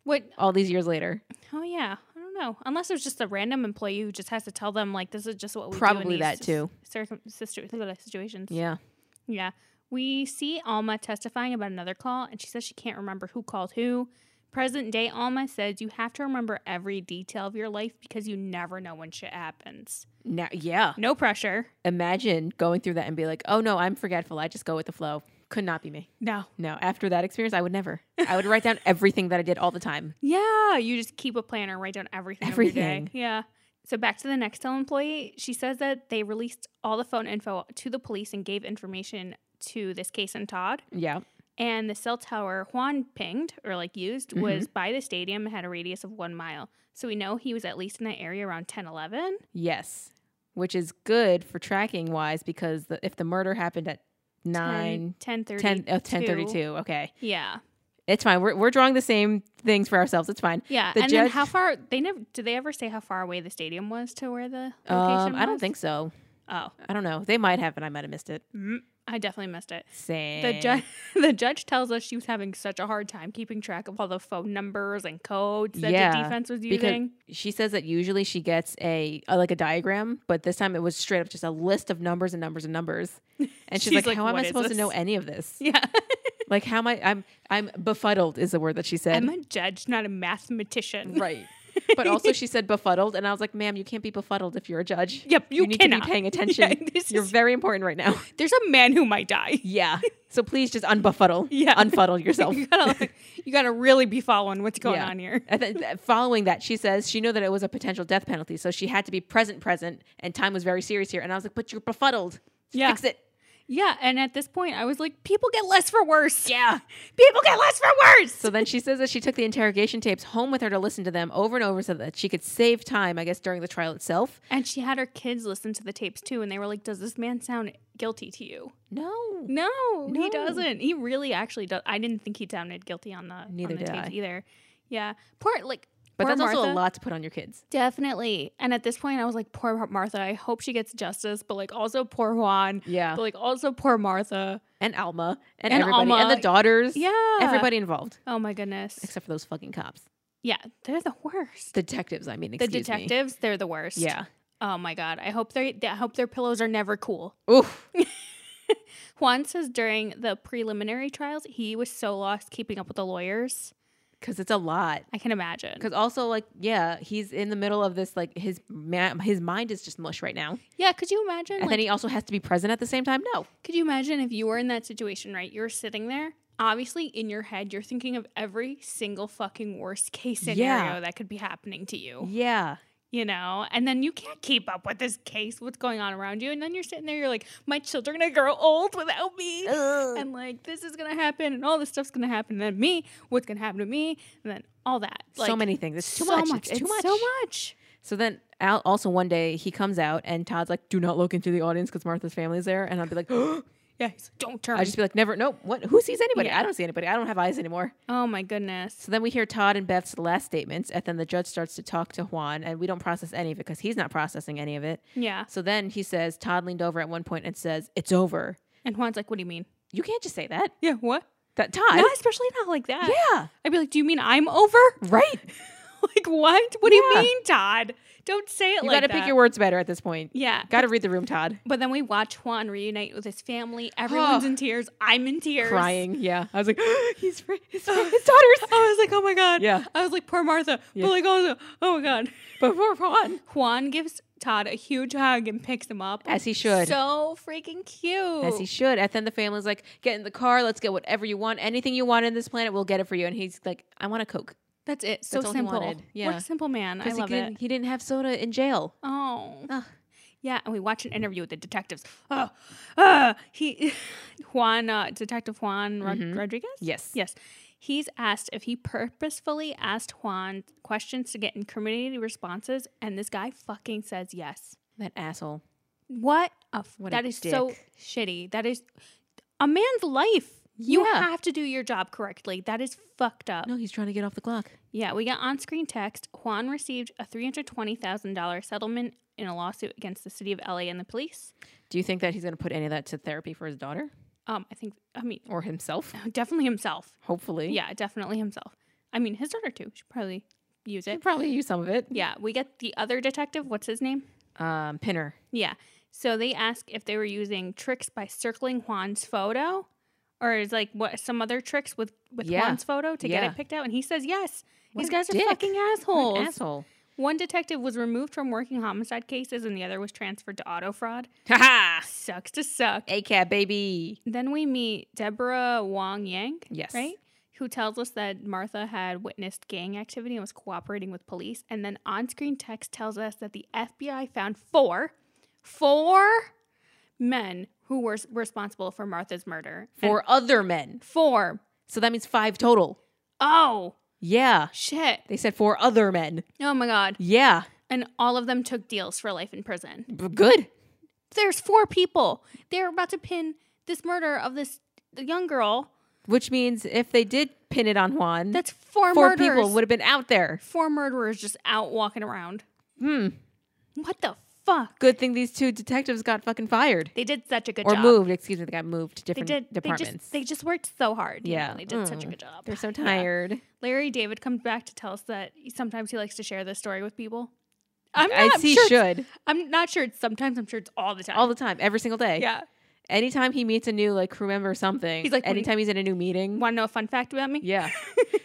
A: What?
B: all these years later?
A: Oh yeah. I don't know. Unless it was just a random employee who just has to tell them like this is just what we do in
B: Probably
A: these
B: that too.
A: Certain situ- situations.
B: Yeah,
A: Yeah. We see Alma testifying about another call, and she says she can't remember who called who. Present day Alma says you have to remember every detail of your life because you never know when shit happens.
B: now, yeah.
A: No pressure.
B: Imagine going through that and be like, oh no, I'm forgetful. I just go with the flow. Could not be me.
A: No.
B: No, after that experience, I would never. I would write down everything that I did all the time.
A: Yeah, you just keep a planner, write down everything. Everything.
B: Everything.
A: Yeah. So back to the Nextel employee, she says that they released all the phone info to the police and gave information to this case and Todd.
B: Yeah.
A: And the cell tower Juan pinged or like used
B: Mm-hmm.
A: was by the stadium and had a radius of one mile. So we know he was at least in that area around 10, 11.
B: Yes, which is good for tracking wise because the, if the murder happened at 9,
A: 10, 10,
B: 10, oh, 10:32, okay,
A: Yeah.
B: it's fine. We're, we're drawing the same things for ourselves. It's fine.
A: Yeah.
B: The
A: and then
B: judge-
A: how far, they never, did they ever say how far away the stadium was to where the location
B: Um, I don't
A: was?
B: think so.
A: Oh,
B: I don't know. They might have, and I might have missed it.
A: mm, I definitely missed it.
B: Same.
A: The judge, the judge tells us she was having such a hard time keeping track of all the phone numbers and codes that the
B: Yeah,
A: defense was
B: because
A: using.
B: she says that usually she gets a, a like a diagram, but this time it was straight up just a list of numbers and numbers and numbers. And she's,
A: She's
B: like,
A: like,
B: "How am
A: "What
B: I
A: is
B: supposed
A: this?"
B: to know any of this?
A: yeah,
B: Like, how am I? I'm I'm befuddled is the word that she said.
A: I'm a judge, not a mathematician.
B: Right. But also, she said befuddled, and I was like, "Ma'am, you can't be befuddled if you're a judge.
A: Yep, you
B: need to
A: cannot.
B: be paying attention.
A: Yeah, this
B: you're
A: is-
B: very important right now.
A: There's a man who might die.
B: yeah. So please just unbefuddle.
A: Yeah.
B: unfuddle yourself.
A: you gotta, like, you gotta really be following what's going
B: Yeah.
A: on here.
B: And then, th- following that, she says she knew that it was a potential death penalty, so she had to be present, present, and time was very serious here. And I was like, "But you're befuddled.
A: Yeah.
B: Fix it.
A: Yeah, and at this point, I was like, people get less for worse. Yeah, people get less for worse.
B: So then she says that she took the interrogation tapes home with her to listen to them over and over so that she could save time, I guess, during the trial itself.
A: and she had her kids listen to the tapes too, and they were like, "Does this man sound guilty to you?"
B: No.
A: No, he
B: No.
A: doesn't. He really actually does. I didn't think he sounded guilty on the
B: Neither
A: on the
B: did
A: tapes
B: I.
A: either. Yeah, poor like.
B: But
A: poor
B: that's also
A: Martha.
B: a lot to put on your kids.
A: Definitely. And at this point, I was like, poor Martha. I hope she gets justice, but like also poor Juan.
B: Yeah.
A: But like also poor Martha.
B: and Alma and,
A: And
B: everybody
A: Alma.
B: and the daughters.
A: Yeah.
B: Everybody involved
A: Oh my goodness.
B: except for those fucking cops.
A: Yeah, they're the worst.
B: Detectives, I mean,
A: The
B: excuse me.
A: detectives, they're the worst.
B: Yeah.
A: Oh my god. I hope they. I hope their pillows are never cool.
B: Oof.
A: Juan says during the preliminary trials, he was so lost keeping up with the lawyers.
B: Cuz it's a lot.
A: I can imagine.
B: Cuz also like yeah, he's in the middle of this like his ma- his mind is just mush right now.
A: Yeah, could you imagine?
B: And
A: like,
B: then he also has to be present at the same time. No.
A: Could you imagine if you were in that situation, right? You're sitting there. Obviously, in your head, you're thinking of every single fucking worst case
B: Yeah.
A: scenario that could be happening to you,
B: Yeah.
A: you know? And then you can't keep up with this case, what's going on around you. And then you're sitting there, you're like, my children are gonna grow old without me. And like, this is gonna happen, and all this stuff's gonna happen. And then me, what's gonna happen to me? And then all that.
B: so
A: Like,
B: many things. It's too
A: so
B: much. It's too much.
A: so much.
B: So then Al also one day he comes out and Todd's like, "Do not look into the audience because Martha's family's there." And I'll be like,
A: Yeah, he's like, don't turn.
B: I just be like, "Never. Nope. What? Who sees anybody?
A: Yeah.
B: I don't see anybody. I don't have eyes anymore."
A: oh my goodness.
B: So then we hear Todd and Beth's last statements, and then the judge starts to talk to Juan, and we don't process any of it because he's not processing any of it.
A: Yeah.
B: So then he says, Todd leaned over at one point and says, It's over.
A: And Juan's like, what do you mean?
B: You can't just say that.
A: Yeah, what?
B: That Todd.
A: No, especially not like that.
B: Yeah.
A: I'd be like, "Do you mean I'm over?
B: Right.
A: like what? What do
B: Yeah.
A: you mean, Todd? Don't say it
B: You
A: like
B: gotta
A: that."
B: pick your words better at this point.
A: yeah.
B: Gotta read the room, Todd.
A: but then we watch Juan reunite with his family. Everyone's in tears. I'm in tears.
B: Crying. Yeah. I was like, he's fr- his, fr- his
A: I
B: daughters.
A: was like, "Oh my god."
B: Yeah.
A: I was like, "Poor Martha."
B: Yeah.
A: But like, also, "Oh my god."
B: But poor Juan.
A: Juan gives Todd a huge hug and picks him up.
B: As he should.
A: So freaking cute.
B: As he should. And then the family's like, get in the car, let's get whatever you want. Anything you want in this planet, we'll get it for you. And he's like, I want a Coke.
A: That's it. So
B: all he
A: simple.
B: wanted.
A: What
B: Yeah.
A: a simple man. I
B: Because he,
A: love
B: couldn't-
A: it.
B: he didn't have soda in jail.
A: Oh.
B: Ugh.
A: Yeah, and we watch an interview with the detectives. Oh, uh, he, Juan, uh, Detective Juan Rod-
B: Mhm.
A: Rodriguez?
B: Yes.
A: Yes. He's asked if he purposefully asked Juan questions to get incriminating responses, and this guy fucking says yes.
B: That asshole.
A: What a f-
B: What a
A: that is so
B: dick.
A: shitty. That is a man's life. You
B: Yeah.
A: have to do your job correctly. That is fucked up.
B: No, he's trying to get off the clock.
A: Yeah, we got on screen text. Juan received a $320,000 settlement in a lawsuit against the city of LA and the police.
B: Do you think that he's going to put any of that to therapy for his daughter
A: Um, I think, I mean,
B: or himself?
A: definitely himself.
B: Hopefully.
A: Yeah, definitely himself. I mean, his daughter too. Should probably use
B: He'll
A: it.
B: probably use some of it.
A: Yeah, we get the other detective. What's his name?
B: Um, Pinner.
A: Yeah. So they ask if they were using tricks by circling Juan's photo or is like what some other tricks with with
B: Yeah.
A: Juan's photo to get
B: Yeah.
A: it picked out and he says yes.
B: What
A: These
B: a
A: guys
B: dick.
A: are fucking assholes.
B: What an asshole.
A: One detective was removed from working homicide cases and the other was transferred to auto fraud.
B: Ha ha!
A: Sucks to suck.
B: ACAB, baby.
A: Then we meet Deborah Wong Yang,
B: Yes.
A: right? Who tells us that Martha had witnessed gang activity and was cooperating with police. And then on screen text tells us that the FBI found four, four men who were s- responsible for Martha's murder. And
B: For other men.
A: four.
B: So that means five total.
A: Oh,
B: Yeah.
A: shit.
B: They said four other men.
A: Oh my God.
B: Yeah.
A: And all of them took deals for life in prison.
B: B- good.
A: There's four people. They're about to pin this murder of this young girl.
B: Which means if they did pin it on Juan,
A: That's four,
B: four
A: murderers.
B: people would have been out there.
A: four murderers just out walking around.
B: Hmm.
A: What the fuck?
B: Good thing these two detectives got fucking fired
A: They did such a good
B: or
A: job.
B: moved. Excuse me, they got moved to
A: They
B: different
A: did. They
B: departments.
A: just, they just worked so hard. you know,
B: Yeah.
A: they did such a
B: Mm.
A: good job.
B: are so
A: Yeah.
B: tired.
A: Larry David comes back to tell us that he- sometimes he likes to share this story with people. I'm not
B: As he
A: sure. it's-
B: should
A: I'm not sure. It's sometimes. I'm sure it's all the time.
B: all the time, every single day.
A: yeah.
B: Anytime he meets a new like crew member or something,
A: He's like, when-
B: anytime he's in a new meeting.
A: Want to know a fun fact about me?
B: Yeah.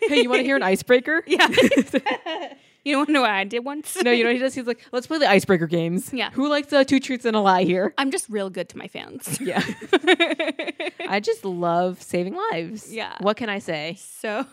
B: hey, you want to hear an icebreaker?
A: Yeah. you want to know what I did once?
B: no, you know what he does? He's like, let's play the icebreaker games.
A: Yeah.
B: Who likes uh, two truths and a lie here?
A: I'm just real good to my fans.
B: Yeah. I just love saving lives.
A: Yeah.
B: What can I say?
A: so.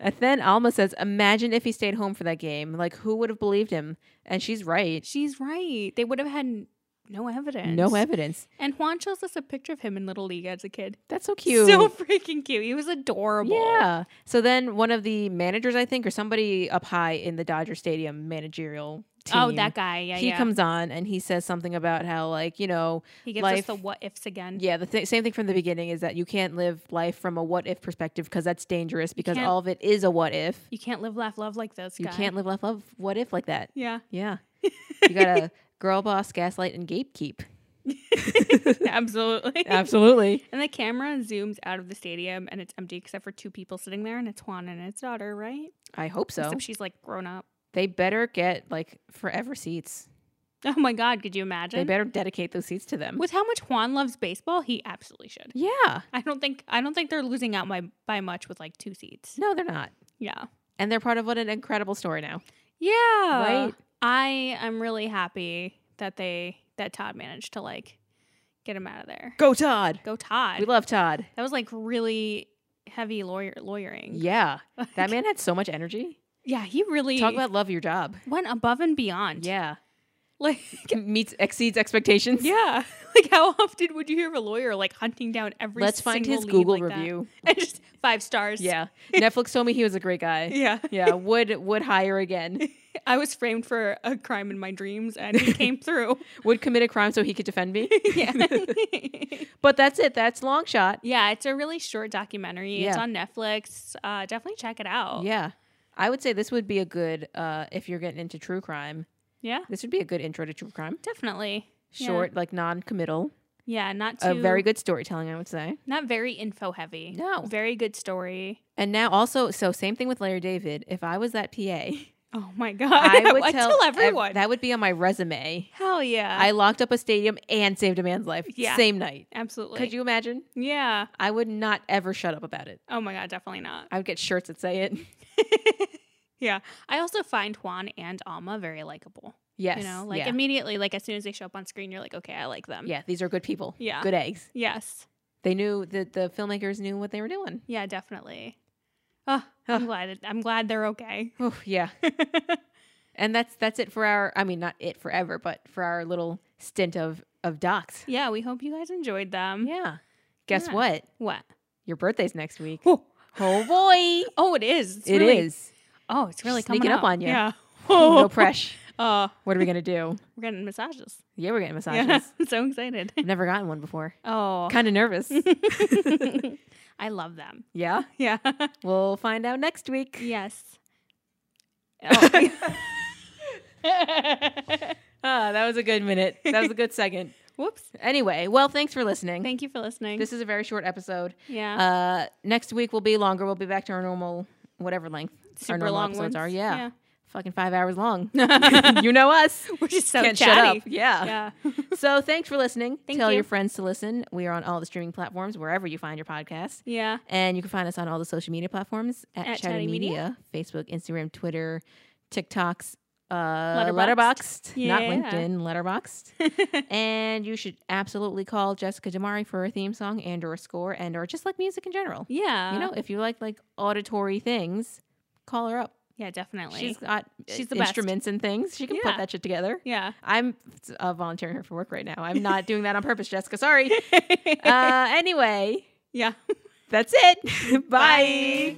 B: And then Alma says, Imagine if he stayed home for that game. Like, who would have believed him? And she's right.
A: She's right. They would have had no evidence.
B: No evidence.
A: And Juan shows us a picture of him in Little League as a kid.
B: That's so cute.
A: So freaking cute. He was adorable.
B: yeah. So then one of the managers, I think, or somebody up high in the Dodger Stadium managerial team.
A: Oh, that guy. Yeah,
B: He
A: yeah.
B: comes on and he says something about how, like, you know,
A: he gives us
B: life-
A: the what ifs again.
B: Yeah, the th- same thing from the beginning is that you can't live life from a what if perspective because that's dangerous because
A: can't-
B: all of it is a what if.
A: You can't live, laugh, love like those
B: You
A: guys.
B: can't live life love what if like that.
A: Yeah.
B: Yeah. you got to girl boss, gaslight, and gatekeep.
A: Absolutely.
B: Absolutely.
A: and the camera zooms out of the stadium and it's empty except for two people sitting there and it's Juan and his daughter, right?
B: I hope so.
A: Except she's like grown up.
B: They better get like forever seats.
A: Oh my God. Could you
B: They
A: imagine?
B: better dedicate those seats to them.
A: With how much Juan loves baseball, he absolutely should.
B: Yeah.
A: I don't think I don't think they're losing out by, by much with like two seats.
B: No, they're not.
A: Yeah.
B: And they're part of what an incredible story now.
A: Yeah.
B: Right?
A: I am really happy that they that Todd managed to like get him out of there.
B: Go Todd.
A: Go Todd.
B: We love Todd.
A: that was like really heavy lawyer lawyering.
B: Yeah. That man had so much energy.
A: Yeah, he really
B: Talk about love your job.
A: went above and beyond.
B: Yeah.
A: Like
B: Meets exceeds expectations.
A: yeah. Like how often would you hear of a lawyer like hunting down every
B: Let's find
A: single
B: his
A: lead
B: Google
A: like that?
B: review.
A: and just five stars.
B: Yeah. Netflix told me he was a great guy.
A: Yeah.
B: Yeah, would would hire again.
A: I was framed for a crime in my dreams and it came through.
B: Would commit a crime so he could defend me.
A: Yeah.
B: But that's it. That's long shot.
A: yeah, it's a really short documentary. It's
B: Yeah.
A: on Netflix. Uh, definitely check it out.
B: Yeah. I would say this would be a good uh if you're getting into true crime.
A: Yeah,
B: This would be a good intro to true crime.
A: definitely. Yeah.
B: Short, like non-committal.
A: Yeah, not too
B: A very good storytelling, I would say.
A: not very info heavy.
B: No.
A: Very good story.
B: And now also, so same thing with Larry David. If I was that PA,
A: Oh my god.
B: I would
A: I'd
B: tell, ev-
A: everyone.
B: that would be on my resume.
A: Hell yeah.
B: I locked up a stadium and saved a man's life.
A: Yeah.
B: Same night.
A: absolutely.
B: Could you imagine?
A: Yeah.
B: I would not ever shut up about it.
A: Oh my god, definitely not.
B: I would get shirts that say it.
A: Yeah. I also find Juan and Alma very likable.
B: Yes.
A: You know, like
B: yeah.
A: immediately, like as soon as they show up on screen, you're like, okay, I like them.
B: yeah, these are good people.
A: Yeah.
B: Good eggs.
A: Yes.
B: They knew that the filmmakers knew what they were doing.
A: Yeah, definitely. Oh, I'm glad. it- I'm glad they're okay.
B: Oh, yeah. And that's that's it for our I mean not it forever, but for our little stint of of docs.
A: yeah, we hope you guys enjoyed them.
B: Yeah. Guess
A: Mm-hmm. Yeah.
B: what?
A: What?
B: Your birthday's next week.
A: Oh,
B: Oh boy.
A: oh, it is. It's
B: It is.
A: really- Oh, it's really
B: Sneaking
A: coming
B: up on you.
A: Yeah.
B: No pressure.
A: Oh,
B: What are we gonna do?
A: we're getting massages.
B: Yeah, we're getting massages.
A: Yeah, I'm so excited.
B: I've never gotten one before.
A: Oh,
B: Kind of nervous.
A: I love them.
B: yeah.
A: Yeah.
B: We'll find out next week.
A: yes. Oh.
B: Ah, that was a good minute. That was a good second.
A: Whoops.
B: Anyway, well, thanks for listening.
A: Thank you for listening.
B: this is a very short episode.
A: yeah.
B: Uh, next week will be longer. We'll be back to our normal, whatever length our normal episodes are. Yeah. fucking five hours long. you know us.
A: We're just so
B: Can't
A: chatty.
B: shut up. Yeah.
A: Yeah.
B: So thanks for listening.
A: Thank
B: Tell
A: you.
B: your friends to listen. We are on all the streaming platforms, wherever you find your podcast.
A: Yeah.
B: And you can find us on all the social media platforms at,
A: At
B: Chatty
A: Chatty
B: Media, Facebook, Instagram, Twitter, TikToks, uh, Letterboxed,
A: Letterboxed.
B: not
A: Yeah.
B: LinkedIn, Letterboxed. and you should absolutely call Jessica Damari for a theme song and or a score and or just like music in general.
A: Yeah.
B: you know, if you like like auditory things, call her up.
A: Yeah, definitely.
B: She's got
A: She's
B: she's
A: the
B: the
A: best.
B: instruments and things. She can
A: Yeah.
B: put that shit together.
A: yeah.
B: I'm uh, volunteering her for work right now. I'm not doing that on purpose, Jessica. Sorry. Uh, anyway,
A: yeah.
B: that's it. Bye.